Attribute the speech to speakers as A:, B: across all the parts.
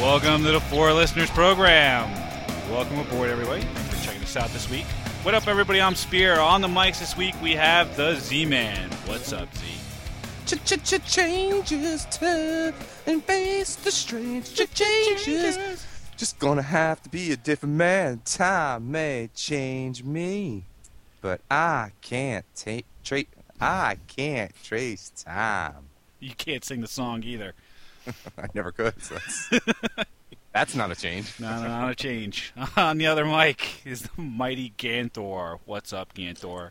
A: Welcome to the Four Listeners Program. Welcome aboard, everybody. Thanks for checking us out this week. What up, everybody? I'm Spear. On the mics this week, we have the Z Man. What's up, Z?
B: Ch-ch-ch-changes tough and face the strange changes. Just gonna have to be a different man. Time may change me, but I can't take tra- I can't trace time.
A: You can't sing the song either.
B: I never could. So that's, that's not a change.
A: No, no, not a change. On the other mic is the mighty Ganthor. What's up, Ganthor?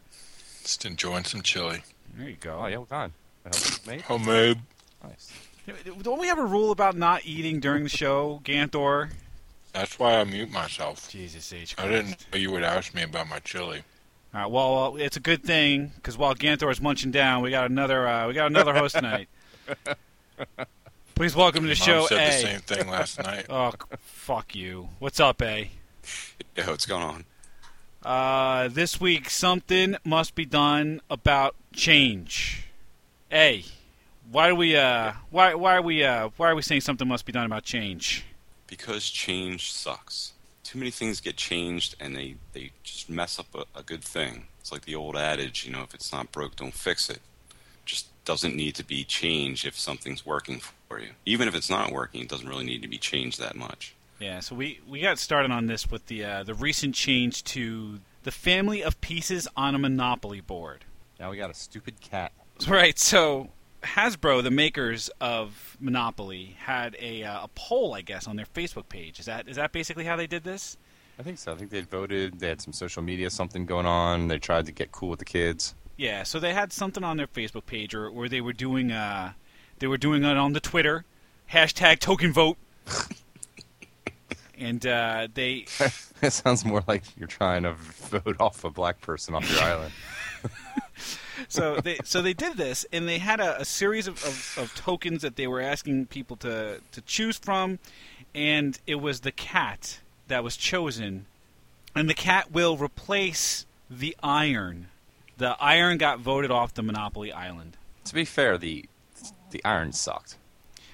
C: Just enjoying some chili.
A: There you
B: Oh,
A: go.
B: yeah, we're gone. I hope it's made.
C: Homemade.
B: Nice.
A: Don't we have a rule about not eating during the show, Ganthor?
C: That's why I mute myself.
A: Jesus H.
C: I didn't know you would ask me about my chili.
A: All right, well, well, it's a good thing because while Ganthor is munching down, we got another uh, we got another host tonight. Please welcome to the
C: Mom
A: show,
C: said
A: A.
C: the same thing last night.
A: Oh, c- fuck you. What's up, A?
D: Yeah, what's going on?
A: Uh, this week, something must be done about change. A, why do we uh why why are we uh why are we saying something must be done about change?
D: Because change sucks. Too many things get changed and they, they just mess up a, a good thing. It's like the old adage, you know, if it's not broke, don't fix it. Just doesn't need to be changed if something's working for you. Even if it's not working, it doesn't really need to be changed that much.
A: Yeah, so we we got started on this with the uh, the recent change to the family of pieces on a Monopoly board.
B: Now we got a stupid cat.
A: Right. So Hasbro, the makers of Monopoly, had a, uh, a poll, I guess, on their Facebook page. Is that is that basically how they did this?
B: I think so. I think they voted. They had some social media something going on. They tried to get cool with the kids.
A: Yeah. So they had something on their Facebook page, or, or they were doing uh, they were doing it on the Twitter hashtag Token Vote, and uh, they
B: It sounds more like you're trying to vote off a black person off your island.
A: so they so they did this, and they had a, a series of, of, of tokens that they were asking people to to choose from, and it was the cat that was chosen, and the cat will replace the iron. The iron got voted off the Monopoly Island.
B: To be fair, the the iron sucked.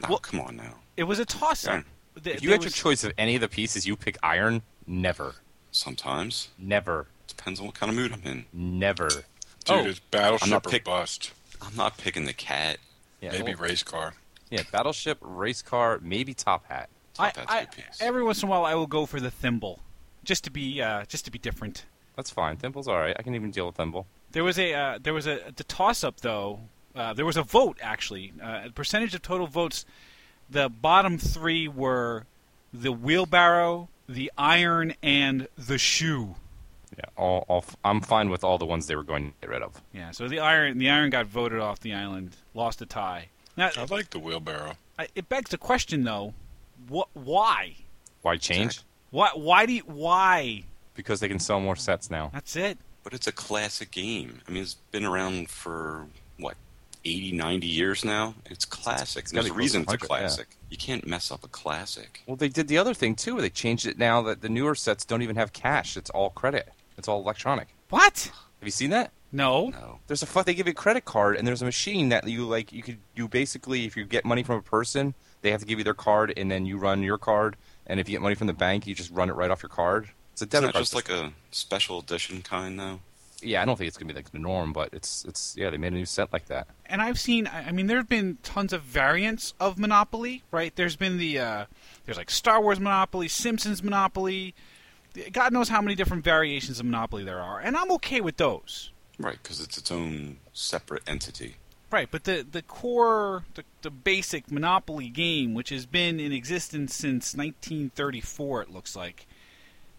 D: Oh,
A: Well-
D: come on now.
A: It was a toss up.
B: If you had your choice of any of the pieces, you pick iron. Never,
D: Sometimes.
B: never,
D: Depends on what kind of mood I'm in.
B: never.
C: Dude,
A: Oh.
C: it's battleship
D: I'm not
C: or
D: pick-
C: bust.
D: I'm not picking the cat.
B: Yeah,
C: Maybe
B: well,
C: race car.
B: yeah, battleship, race car, maybe top hat.
A: I,
D: Top hat
A: I,
D: three-piece.
A: every once in a while, I will go for the thimble, just to be uh, just to be different.
B: That's fine. Thimble's all right. I can even deal with thimble.
A: There was a uh, there was a the toss up though. Uh, there was a vote actually. Uh, the percentage of total votes. The bottom three were the wheelbarrow, the iron, and the shoe.
B: Yeah, all, all, f- I'm fine with all the ones they were going to get rid of.
A: Yeah. So the iron the iron got voted off the island. Lost a tie. Now
C: I like the wheelbarrow.
A: I- it begs the question though, what why
B: Why change?
A: why why do you, why
B: Because they can sell more sets now.
A: that's it.
D: But it's a classic game. I mean, it's been around for, what, 80, 90 years now? It's classic.
B: gotta
D: There's a
B: be close
D: reason
B: to
D: it's a
B: 100, yeah.
D: classic. You can't mess up a classic.
B: Well, they did the other thing too. They changed it now that the newer sets don't even have cash. It's all credit. It's all electronic.
A: What?
B: Have you seen that?
A: No.
D: No.
B: There's a fu- they give you a credit card and there's a machine that you like you could you basically if you get money from a person, they have to give you their card and then you run your card and if you get money from the bank, you just run it right off your card. It's a
D: It's
B: debit
D: not
B: card.
D: just like a special edition kind, though.
B: system. yeah, I don't think it's going to be like the norm, but it's it's yeah, they made a new set like that.
A: and I've seen. I I mean, there have been tons of variants of Monopoly, right? There's been the uh, there's like Star Wars Monopoly, Simpsons Monopoly. God knows how many different variations of Monopoly there are, and I'm okay with those,
D: Right, because it's its own separate entity.
A: right? But the the core, the, the basic Monopoly game, which has been in existence since 1934, it looks like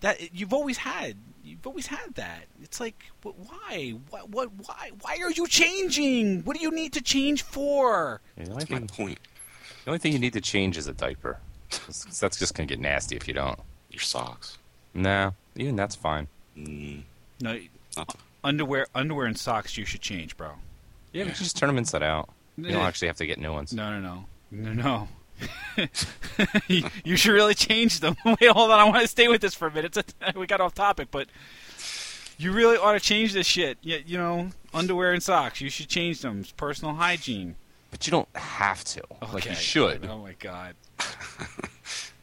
A: that you've always had. You've always had that. It's like, wh- why? What? What? Why? Why are you changing? What do you need to change for?
B: Yeah, the, only
D: That's my
B: thing,
D: point.
B: the only thing you need to change is a diaper. 'Cause that's just going to get nasty if you don't.
D: Your socks.
B: Nah, even that's fine.
D: Mm,
A: No,
D: not the,
A: underwear underwear and socks you should change bro
B: Yeah, but you just turn them inside out. You don't
A: Eh.
B: actually have to get new ones.
A: no no no no no you, you should really change them wait hold on i want to stay with this for a minute It's a- we got off topic but you really ought to change this shit you, you know underwear and socks you should change them it's personal hygiene
B: But you don't have to. Like
A: Okay.
B: you should.
A: oh my god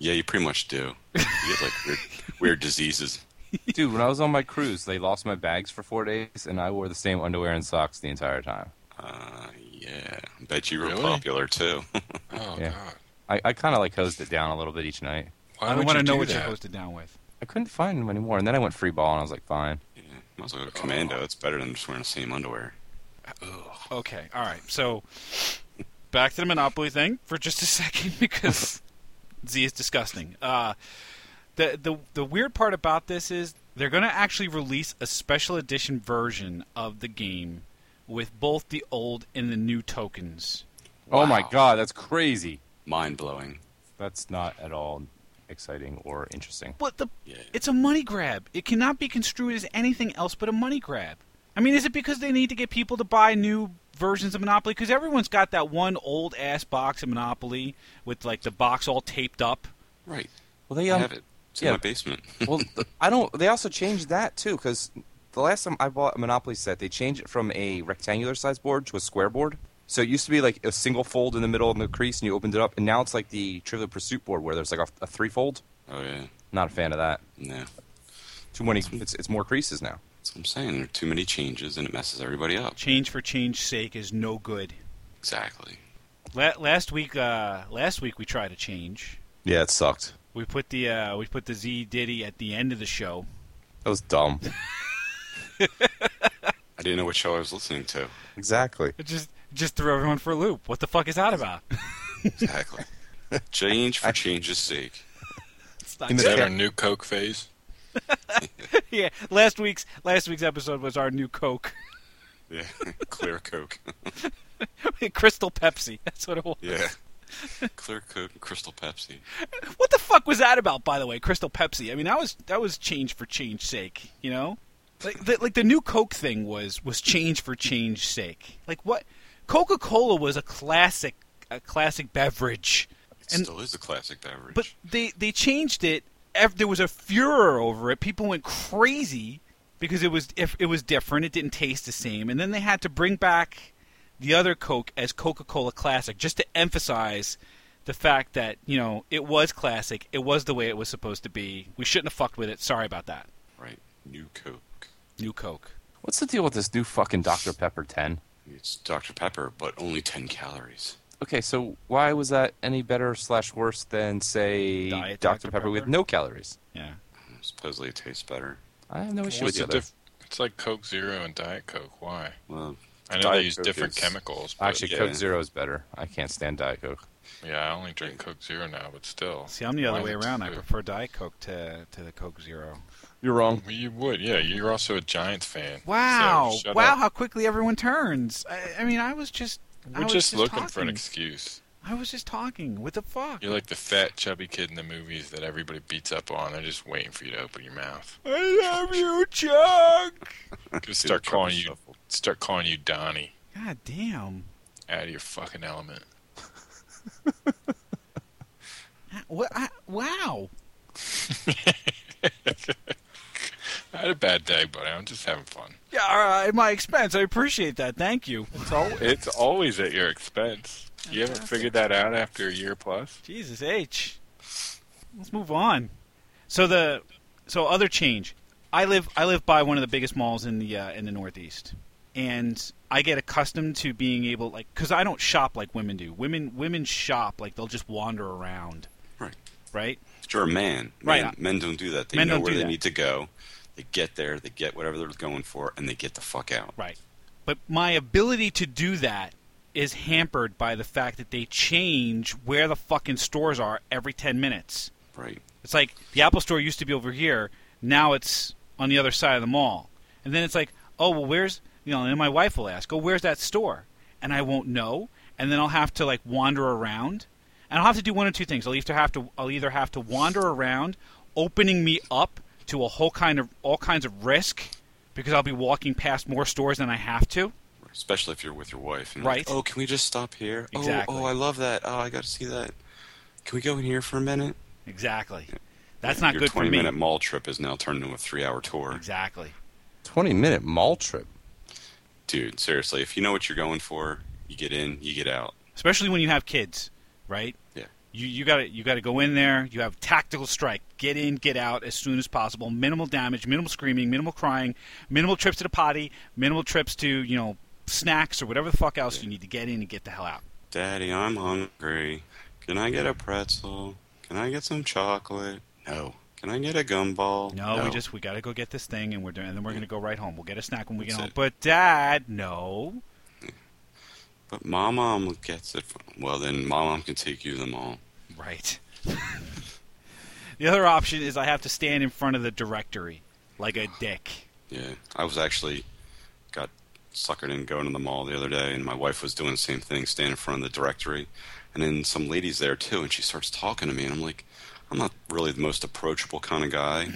D: Yeah, you pretty much do. You get like weird, weird diseases.
B: Dude, when I was on my cruise, they lost my bags for four days, and I wore the same underwear and socks the entire time.
D: Uh, yeah, bet you were
C: Really?
D: popular too.
C: Oh
B: Yeah.
C: God.
B: I, I kind of like hosed it down a little bit each night.
C: Why
A: I don't
C: would
A: want to
C: you
A: know
C: do
A: what
C: that?
A: you're hosted down with.
B: I couldn't find them anymore, and then I went free ball, and I was like, fine.
D: yeah, might as well
B: Oh.
D: go commando. It's better than just wearing the same underwear.
A: Okay, all right. So back to the Monopoly thing for just a second because Z is disgusting. Uh, the the the weird part about this is they're going to actually release a special edition version of the game with both the old and the new tokens.
B: Oh my
D: Wow.
B: god, that's crazy.
D: Mind blowing.
B: That's not at all exciting or interesting.
A: What the?
D: Yeah.
A: It's a money grab. It cannot be construed as anything else but a money grab. I mean, is it because they need to get people to buy new versions of Monopoly? Because everyone's got that one old ass box of Monopoly with like the box all taped up.
D: Right.
B: Well, they
D: I
B: um,
D: have it. It's in
B: yeah.
D: my basement.
B: well, th- I don't. They also changed that too, because the last time I bought a Monopoly set, they changed it from a rectangular sized board to a square board. So it used to be like a single fold in the middle in the crease, and you opened it up, and now it's like the Trivial Pursuit board where there's like a, a three fold.
D: oh yeah.
B: Not a fan of that.
D: No.
B: Too many. It's it's more creases now.
D: That's what I'm saying. There are too many changes and it messes everybody up.
A: Change for change's sake is no good.
D: Exactly.
A: La- last week, uh, last week we tried a change.
B: Yeah, it sucked.
A: We put the uh, we put the Z Diddy at the end of the show.
B: That was dumb.
D: I didn't know what show I was listening to.
B: exactly.
A: It just just threw everyone for a loop. What the fuck is that about?
D: Exactly. Change for change's sake.
A: It's not
B: In
C: Is
B: the
C: that
B: Yeah.
C: our new Coke phase?
A: yeah, last week's last week's episode was our new Coke,
D: Yeah. Clear Coke.
A: Crystal Pepsi. That's what it was.
D: Yeah. Clear Coke and Crystal Pepsi.
A: What the fuck was that about, by the way? Crystal Pepsi. I mean, that was that was change for change sake. You know, like the, like the new Coke thing was was change for change sake. Like what? Coca Cola was a classic a classic beverage,
D: It
A: And-
D: still is a classic beverage.
A: but they they changed it. ev- There was a furor over it. People went crazy because it was if it was different. It didn't taste the same, and then they had to bring back the other Coke as Coca Cola Classic just to emphasize the fact that you know it was classic. It was the way it was supposed to be. We shouldn't have fucked with it. Sorry about that.
D: right. New Coke.
A: New Coke.
B: What's the deal with this new fucking Dr Pepper ten?
D: It's Dr. Pepper, but only 10 calories.
B: Okay, so why was that any better slash worse than say
A: Diet
B: Dr.
A: Dr.
B: Pepper, with
A: Pepper?
B: no calories?
A: Yeah.
D: Supposedly it tastes better.
B: I have no issue with
C: What's
B: the
C: the
B: other.
C: diff- it's like Coke Zero and Diet Coke. Why?
D: Well,
C: I know
D: Diet
C: they use
D: Coke
C: different
D: is-
C: chemicals. But
B: Actually,
D: yeah.
B: Coke Zero is better. I can't stand Diet Coke.
C: yeah, I only drink Coke Zero now, but still.
A: See, I'm the other
C: Why
A: way
C: the
A: around. I
C: two?
A: prefer Diet Coke to to the Coke Zero.
B: You're wrong.
C: Well, you would, yeah. You're also a Giants fan.
A: Wow!
C: so shut
A: wow!
C: up.
A: How quickly everyone turns. I, I mean, I was just. I
C: We're
A: was
C: just looking for an
A: talking.
C: excuse.
A: I was just talking. What the fuck?
C: You're like the fat, chubby kid in the movies that everybody beats up on. They're just waiting for you to open your mouth.
A: I love you, Chuck.
C: Just start calling you, start calling you Donnie.
A: God damn.
C: Out of your fucking element.
A: What? I, wow.
C: I had a bad day, buddy. I'm just having fun.
A: Yeah, all right, at my expense. I appreciate that. Thank you.
C: It's, al- it's always at your expense. You haven't figured that out after a year plus?
A: Jesus H. Let's move on. So the so other change. I live I live by one of the biggest malls in the uh, in the Northeast, and I get accustomed to being able like because I don't shop like women do. Women women shop like they'll just wander around.
D: Right.
A: Right.
D: You're a man.
A: Right.
D: Men, men don't do that. They
A: Men
D: know
A: don't
D: where
A: do
D: they
A: that.
D: need to go. They get there, they get whatever they're going for, and they get the fuck out.
A: Right. But my ability to do that is hampered by the fact that they change where the fucking stores are every 10 minutes.
D: Right.
A: It's like the Apple store used to be over here, now it's on the other side of the mall. And then it's like, oh, well, where's, you know, and my wife will ask, oh, where's that store? And I won't know. And then I'll have to, like, wander around. And I'll have to do one of two things. I'll either have to, I'll either have to wander around, opening me up to a whole kind of, all kinds of risk because I'll be walking past more stores than I have to.
D: Especially if you're with your wife. And
A: Right.
D: Like, oh, can we just stop here?
A: Exactly.
D: Oh, oh, I love that. Oh, I got to see that. Can we go in here for a minute?
A: Exactly. That's not
D: your
A: good for me.
D: minute mall trip is now turned into a three hour tour.
A: Exactly.
B: 20 minute mall trip.
D: Dude, seriously, if you know what you're going for, you get in, you get out.
A: Especially when you have kids, right?
D: Yeah.
A: You you got to you got to go in there. You have tactical strike. Get in, get out as soon as possible. Minimal damage, minimal screaming, minimal crying, minimal trips to the potty, minimal trips to you know snacks or whatever the fuck else you need to get in and get the hell out.
D: Daddy, I'm hungry. Can I get a pretzel? Can I get some chocolate? No. Can I get a gumball?
A: No, we just we got to go get this thing, and we're doing, and then we're
D: Yeah.
A: gonna go right home. We'll get a snack when we get
D: That's
A: home.
D: it.
A: But Dad, no.
D: But my mom gets it. For, well, then my mom can take you to the mall.
A: Right. the other option is I have to stand in front of the directory like a dick.
D: Yeah, I was actually got suckered in going to the mall the other day, and my wife was doing the same thing, standing in front of the directory, and then some lady's there too, and she starts talking to me, and I'm like, I'm not really the most approachable kind of guy,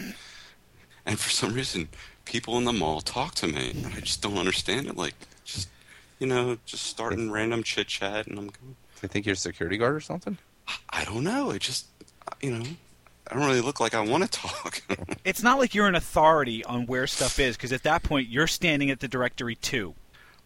D: and for some reason, people in the mall talk to me, and I just don't understand it. Like, just you know, just starting random chit chat, and I'm going,
B: I think you're a security guard or something.
D: I don't know, it just, you know, I don't really look like I want to talk.
A: It's not like you're an authority on where stuff is because at that point you're standing at the directory too.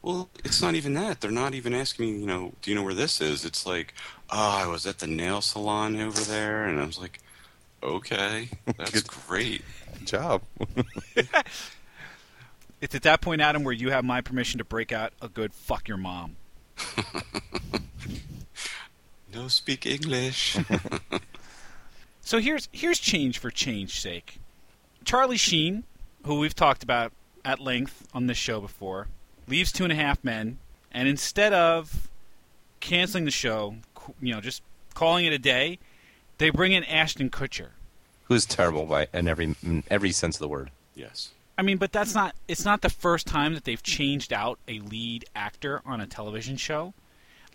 D: Well, it's not even that. They're not even asking me, you know, do you know where this is? It's like, oh, I was at the nail salon over there. And I was like, okay, that's
B: Good.
D: great.
B: Good job.
A: It's at that point, Adam, where you have my permission to break out a good fuck your mom.
D: No speak English.
A: So here's here's change for change's sake. Charlie Sheen, who we've talked about at length on this show before, leaves Two and a Half Men, and instead of canceling the show, qu- you know, just calling it a day, they bring in Ashton Kutcher.
B: Who's terrible by in every in every sense of the word.
D: yes.
A: I mean, but that's not it's not the first time that they've changed out a lead actor on a television show.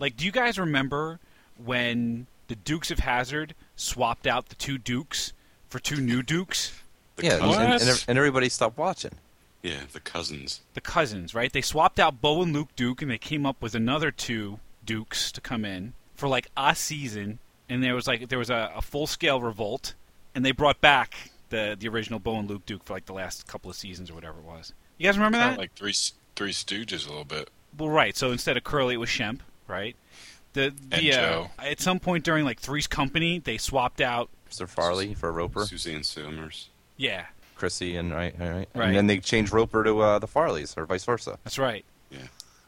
A: Like, do you guys remember when the Dukes of Hazard swapped out the two Dukes for two new Dukes?
D: The
B: yeah,
D: cousins.
B: and, and, and everybody stopped watching.
D: yeah, the cousins.
A: the cousins, right? They swapped out Bo and Luke Duke, and they came up with another two Dukes to come in for like a season. And there was like there was a, a full scale revolt, and they brought back the the original Bo and Luke Duke for like the last couple of seasons or whatever it was. You guys remember
C: Kind
A: that?
C: of like three Three Stooges a little bit.
A: well, right. So instead of Curly, it was Shemp, right? The
C: And
A: the uh,
C: Joe.
A: at some point during like Three's Company, they swapped out.
B: Sir Farley for Roper,
D: Suzanne Somers.
A: Yeah,
B: Chrissy, and right, right, right.
A: Right.
B: And then they changed Roper to uh, the Farleys or vice versa.
A: that's right.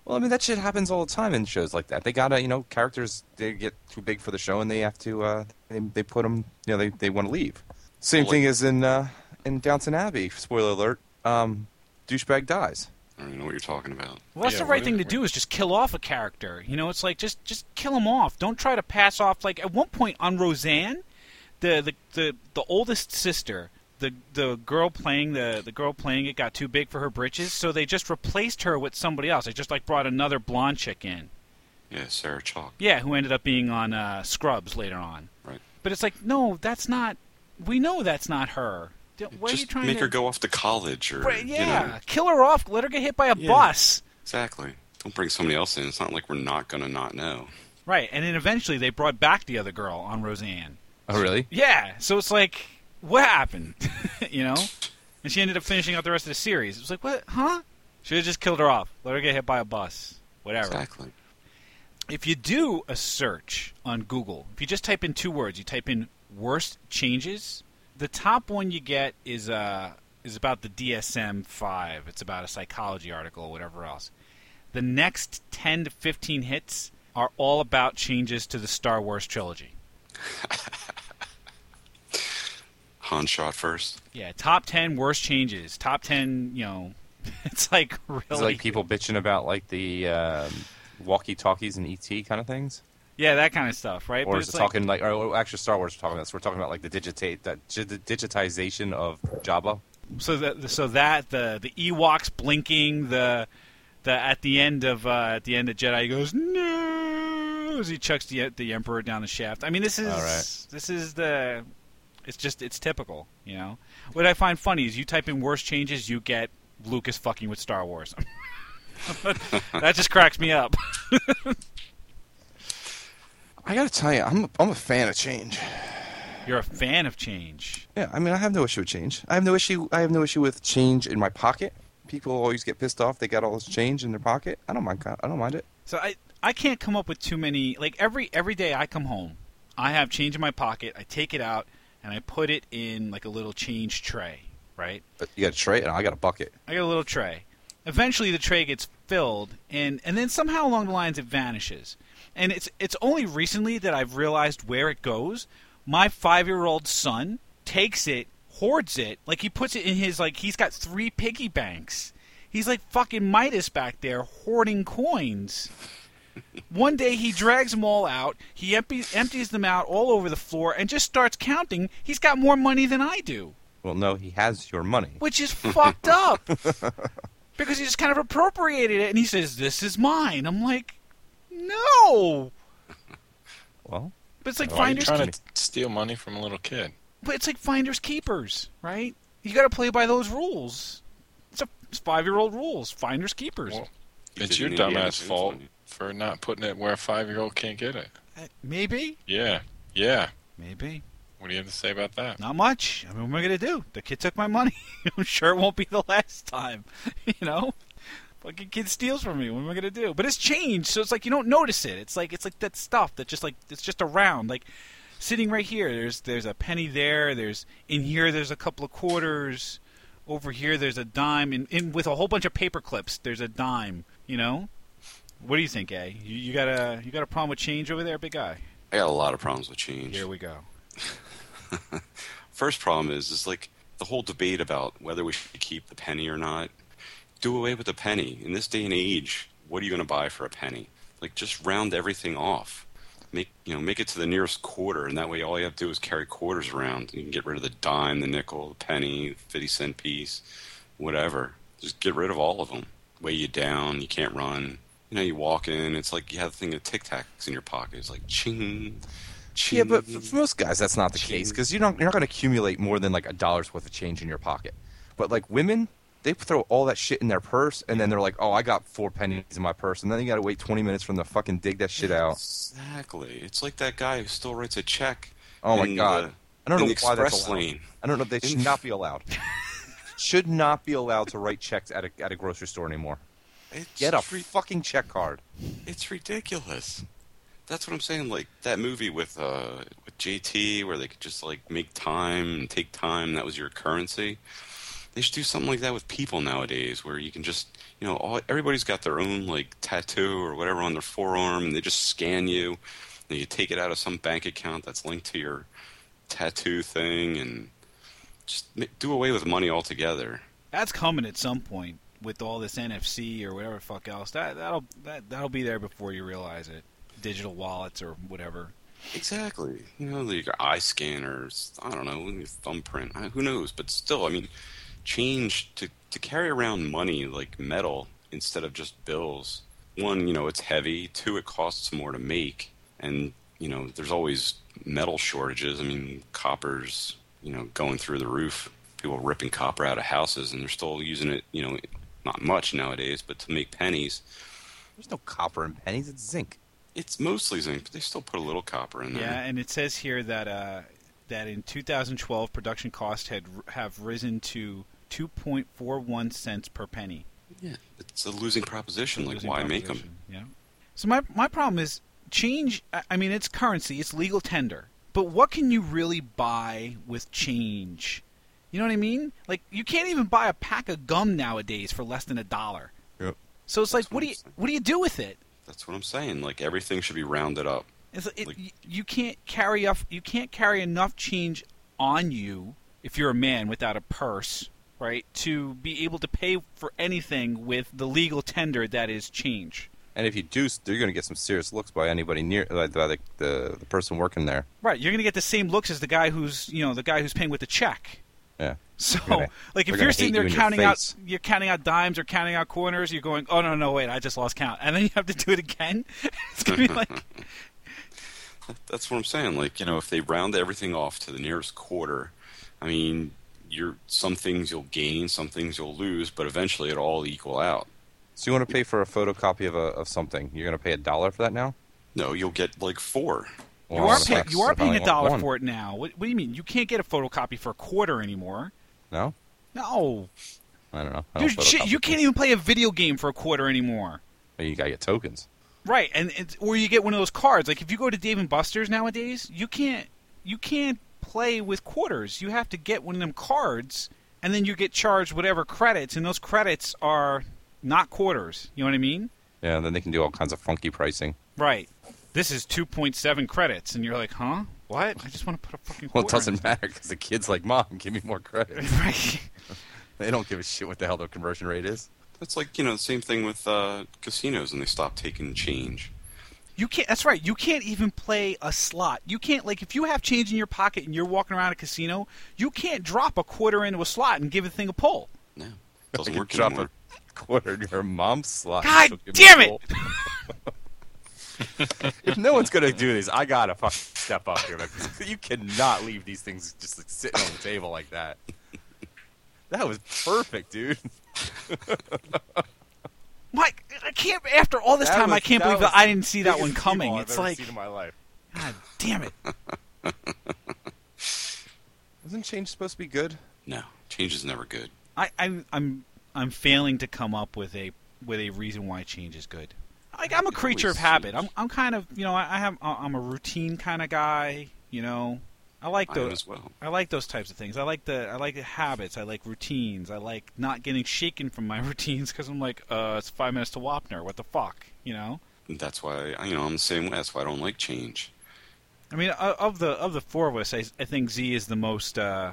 B: Well, I mean that shit happens all the time in shows like that. They gotta, you know, characters they get too big for the show and they have to, uh, they they put them, you know, they they want to leave. Same
D: Well,
B: thing as in uh, in Downton Abbey. Spoiler alert: um, douchebag dies.
D: I don't even know what you're talking about.
A: Well, that's
C: Yeah,
A: the right
C: what
A: thing
C: is-
A: to do is just kill off a character. You know, it's like just just kill him off. Don't try to pass off like at one point on Roseanne, the the the, the oldest sister, the the girl playing the the girl playing it got too big for her britches, so they just replaced her with somebody else. They just like brought another blonde chick in.
D: Yeah, Sarah Chalk.
A: Yeah, who ended up being on uh, Scrubs later on.
D: Right.
A: But it's like no, that's not. We know that's not her. D- Why are you
D: just
A: trying
D: make
A: to
D: her go off to college or.
A: Right,
D: you
A: yeah,
D: know.
A: kill her off. Let her get hit by a
D: Yeah.
A: bus.
D: exactly. Don't bring somebody else in. It's not like we're not going to not know.
A: Right, and then eventually they brought back the other girl on Roseanne.
B: Oh, really?
A: Yeah, so it's like, what happened? you know? And she ended up finishing out the rest of the series. It was like, what? Huh? Should have just killed her off. Let her get hit by a bus. Whatever.
D: Exactly.
A: If you do a search on Google, if you just type in two words, you type in worst changes, the top one you get is uh, is about the DSM 5. It's about a psychology article or whatever else. The next 10 to 15 hits are all about changes to the Star Wars trilogy.
D: Han shot first.
A: Yeah, top ten worst changes. Top ten, you know, it's like really.
B: It's like people bitching about like the um, walkie-talkies and ET kind of things,
A: yeah, that kind of stuff, right?
B: or is
A: it's
B: it
A: like,
B: talking like, or, or actually Star Wars? We're talking about. So we're talking about like the digitate that gi- the digitization of Jabba.
A: so that so that the the Ewoks blinking the the at the end of uh, at the end of Jedi he goes no as he chucks the the Emperor down the shaft. I mean, this is
B: All right.
A: this is the it's just it's typical, you know. What I find funny is you type in worst changes, you get Lucas fucking with Star Wars. that just cracks me up.
B: I gotta tell you, I'm a, I'm a fan of change.
A: You're a fan of change.
B: Yeah, I mean, I have no issue with change. I have no issue. I have no issue with change in my pocket. People always get pissed off. They got all this change in their pocket. I don't mind. I don't mind it.
A: So I I can't come up with too many. Like every every day I come home, I have change in my pocket. I take it out and I put it in like a little change tray, right?
D: But you got a tray, and I got a bucket.
A: I got a little tray. Eventually, the tray gets filled, and and then somehow along the lines it vanishes. And it's it's only recently that I've realized where it goes. My five year old son takes it, hoards it, like he puts it in his like he's got three piggy banks. He's like fucking Midas back there hoarding coins. One day he drags them all out. He empties, empties them out all over the floor and just starts counting. He's got more money than I do,
B: Well, no, he has your money.
A: which is fucked up because he just kind of appropriated it. And he says, "This is mine." I'm like, "No,"
B: Well,
A: but it's like
C: Why are you
A: finders.
C: trying to steal money from a little kid?
A: But it's like finders keepers, right? You got to play by those rules. It's a five year old rules. Finders keepers.
C: Well,
D: You
C: it's
D: did
C: your
D: an Indiana
C: dumbass
D: Jones
C: fault
D: one.
C: for not putting it where a five year old can't get it.
A: Uh, Maybe,
C: Yeah. Yeah.
A: maybe
C: What do you have to say about that?
A: not much. I mean, what am I gonna do? The kid took my money. I'm sure it won't be the last time. you know, fucking kid steals from me. What am I gonna do? But it's changed, so it's like you don't notice it. It's like it's like that stuff that just like it's just around. Like sitting right here, there's there's a penny there. There's in here, there's a couple of quarters. Over here, there's a dime, and, and with a whole bunch of paper clips, there's a dime. You know, what do you think, A? You, you got a you got a problem with change over there, big guy?
D: I got a lot of problems with change.
A: Here we go.
D: First problem is is like the whole debate about whether we should keep the penny or not. Do away with the penny. In this day and age, what are you going to buy for a penny? Like just round everything off. Make you know make it to the nearest quarter, and that way all you have to do is carry quarters around. You can get rid of the dime, the nickel, the penny, fifty cent piece, whatever. Just get rid of all of them. Weigh you down. You can't run. You know, you walk in. It's like you have the thing of Tic Tacs in your pocket. It's like ching, ching.
B: yeah, but for for most guys, that's not the case
D: Cheap.
B: because you're not you're not going to accumulate more than like a dollar's worth of change in your pocket. But like women, they throw all that shit in their purse, and then they're like, "Oh, I got four pennies in my purse," and then you got to wait 20 minutes for them to fucking dig that shit out.
D: Exactly. It's like that guy who still writes a check.
B: Oh my
D: in
B: god, I
D: uh, The,
B: don't
D: in
B: know
D: the
B: why that's
D: express
B: allowed.
D: lane.
B: I don't know. They should not be allowed. should not be allowed to write checks at a at a grocery store anymore.
D: It's,
B: Get a
D: re-
B: fucking check card.
D: it's ridiculous. That's what I'm saying. Like that movie with uh, with JT, where they could just like make time and take time. That was your currency. They should do something like that with people nowadays, where you can just, you know, all, everybody's got their own like tattoo or whatever on their forearm, and they just scan you, and you take it out of some bank account that's linked to your tattoo thing, and just ma- do away with money altogether.
A: That's coming at some point with all this NFC or whatever fuck else. That that'll that, that'll be there before you realize it. Digital wallets or whatever.
D: Exactly. You know, like your eye scanners. I don't know, your thumbprint. I- Who knows? But still, I mean, change to to carry around money like metal instead of just bills. One, you know, it's heavy. Two, it costs more to make, and you know, there's always metal shortages. I mean, copper's you know going through the roof. People ripping copper out of houses, and they're still using it. You know, not much nowadays, but to make pennies.
B: There's no copper in pennies. It's zinc.
D: It's mostly zinc, but they still put a little copper in there.
A: Yeah, and it says here that uh, that in 2012 production costs had have risen to 2.41 cents per penny.
D: Yeah, it's a losing proposition. Like,
A: Losing
D: why make 'em? make them?
A: proposition, Yeah. So my my problem is change. I I mean, it's currency. It's legal tender. But what can you really buy with change? You know what I mean? Like you can't even buy a pack of gum nowadays for less than a dollar.
B: Yep.
A: So it's like,
D: That's
A: what
D: what
A: do you
D: I'm saying.
A: what do you do with it?
D: That's what I'm saying. Like, everything should be rounded up.
A: It's, it
D: Like-
A: y you can't carry off. You can't carry enough change on you if you're a man without a purse, right? To be able to pay for anything with the legal tender that is change.
B: And if you do, you're going to get some serious looks by anybody near, like, by the, the the person working there.
A: Right, you're gonna get the same looks as the guy who's you know the guy who's paying with the check.
B: Yeah.
A: So
B: gonna-
A: like
B: they're
A: if
B: gonna
A: you're sitting
B: hate
A: there
B: you in your
A: counting out
B: face.
A: you're counting out dimes or counting out corners, you're going, Oh no no wait, I just lost count and then you have to do it again. It's gonna be like
D: That's what I'm saying. Like, you know, if they round everything off to the nearest quarter, I mean, you're some things you'll gain, some things you'll lose, but eventually it'll all equal out.
B: So you want to pay for a photocopy of a of something? You're going to pay a dollar for that now?
D: No, you'll get like four.
A: you
B: Well,
A: are
B: that's
A: pay,
B: like-
A: you are
B: that's
A: paying
B: only
A: a dollar
B: one.
A: for it now. What, what do you mean? You can't get a photocopy for a quarter anymore.
B: No,
A: No.
B: I don't know. I don't
A: Dude, shit,
B: photocopy
A: you can't e-,
B: things.
A: even play a video game for a quarter anymore.
B: You got to get tokens.
A: Right, and it's, or you get one of those cards. Like if you go to Dave and Buster's nowadays, you can't you can't play with quarters. You have to get one of them cards, and then you get charged whatever credits, and those credits are not quarters. You know what I mean?
B: Yeah, and then they can do all kinds of funky pricing.
A: Right. This is two point seven credits, and you're like, huh? What? I just want to put a fucking.
B: Well,
A: Quarter
B: it
A: in.
B: doesn't matter because the kid's like, Mom, give me more credit.
A: right.
B: They don't give a shit what the hell their conversion rate is.
D: That's like, you know, the same thing with uh, casinos and they stop taking change.
A: You can't. That's right. You can't even play a slot. You can't like if you have change in your pocket and you're walking around a casino, you can't drop a quarter into a slot and give a thing a pull.
D: No.
B: I
D: Doesn't
B: could
D: work
B: drop
D: anymore.
B: a quarter in your mom's slot.
A: God
B: She'll give
A: damn
B: me
A: it!
B: full. if no one's gonna do this, I gotta fucking step up here. Because you cannot leave these things just like, sitting on the table like that. That was perfect, dude.
A: Mike, I can't. After all this
B: That
A: time, I
B: was-
A: can't believe
B: was
A: that I didn't
B: the
A: see that one
B: biggest
A: coming.
B: T-ball I've
A: It's
B: ever
A: like,
B: seen in my life.
A: God damn it!
B: Wasn't change supposed to be good?
D: No. Change is never good.
A: I, I'm I'm I'm failing to come up with a with a reason why change is good. Like I'm a
D: It
A: creature of
D: always
A: habit. I'm
D: seems-
A: I'm kind of you know I, I have I'm a routine kind of guy. You know, I like
D: I am
A: those
D: as well.
A: I like those types of things. I like the I like the habits. I like routines. I like not getting shaken from my routines because I'm like, uh, it's five minutes to Wapner. What the fuck, you know?
D: And that's why, I- you know, I'm the same way. That's why I don't like change.
A: I mean, o- of the of the four of us, I, I think Z is the most uh,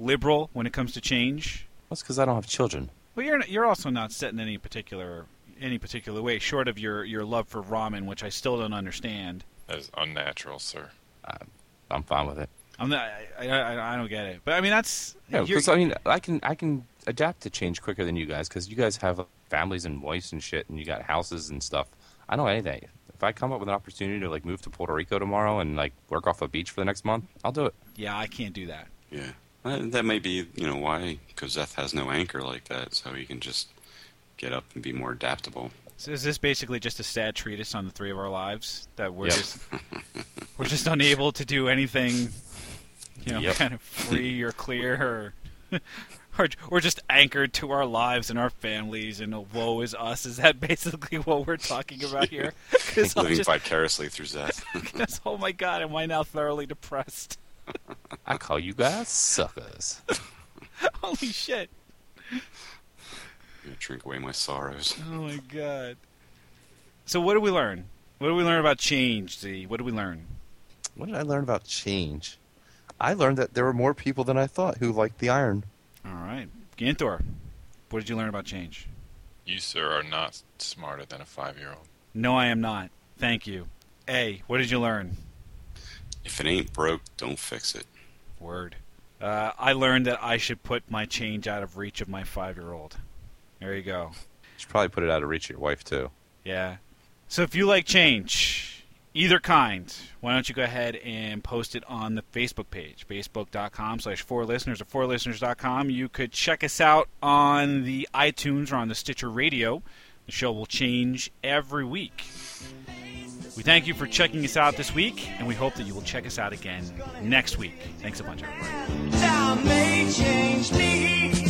A: liberal when it comes to change.
B: That's because I don't have children.
A: Well, you're not- you're also not set in any particular any particular way, short of your your love for ramen, which I still don't understand.
C: That is unnatural, sir.
B: I'm fine with it.
A: I'm not, I, I- I I don't get it. But I mean, that's
B: Yeah,
A: you're-
B: because I mean, I can I can adapt to change quicker than you guys because you guys have families and wives and shit, and you got houses and stuff. I know anything. If I come up with an opportunity to like move to Puerto Rico tomorrow and like work off a beach for the next month, I'll do it.
A: yeah, I can't do that.
D: Yeah. Uh, That may be, you know, why Kozeth has no anchor like that, so he can just get up and be more adaptable.
A: So is this basically just a sad treatise on the three of our lives that we're
B: Yep.
A: just we're just unable to do anything, you know,
B: Yep.
A: kind of free or clear or or we're just anchored to our lives and our families and oh, woe is us. Is that basically what we're talking about here? Because
D: Living
A: just,
D: vicariously through Zeth.
A: 'cause, oh my god, am I now thoroughly depressed?
B: I call you guys suckers.
A: Holy shit!
D: I'm gonna drink away my sorrows.
A: Oh my god. So what did we learn? What did we learn about change? Z? What did we learn?
B: What did I learn about change? I learned that there were more people than I thought who liked the iron.
A: All right, Gantor, what did you learn about change?
C: You, sir, are not smarter than a five year old.
A: No, I am not. Thank you. A, what did you learn?
D: If it ain't broke, don't fix it.
A: Word. Uh, I learned that I should put my change out of reach of my five year old. There you go.
B: You should probably put it out of reach of your wife too.
A: Yeah. So if you like change, either kind, why don't you go ahead and post it on the Facebook page, facebook.com slash four listeners or fourlisteners.com. You could check us out on the iTunes or on the Stitcher Radio. The show will change every week. We thank you for checking us out this week, and we hope that you will check us out again next week. Thanks a bunch, everybody.
E: Time may change me.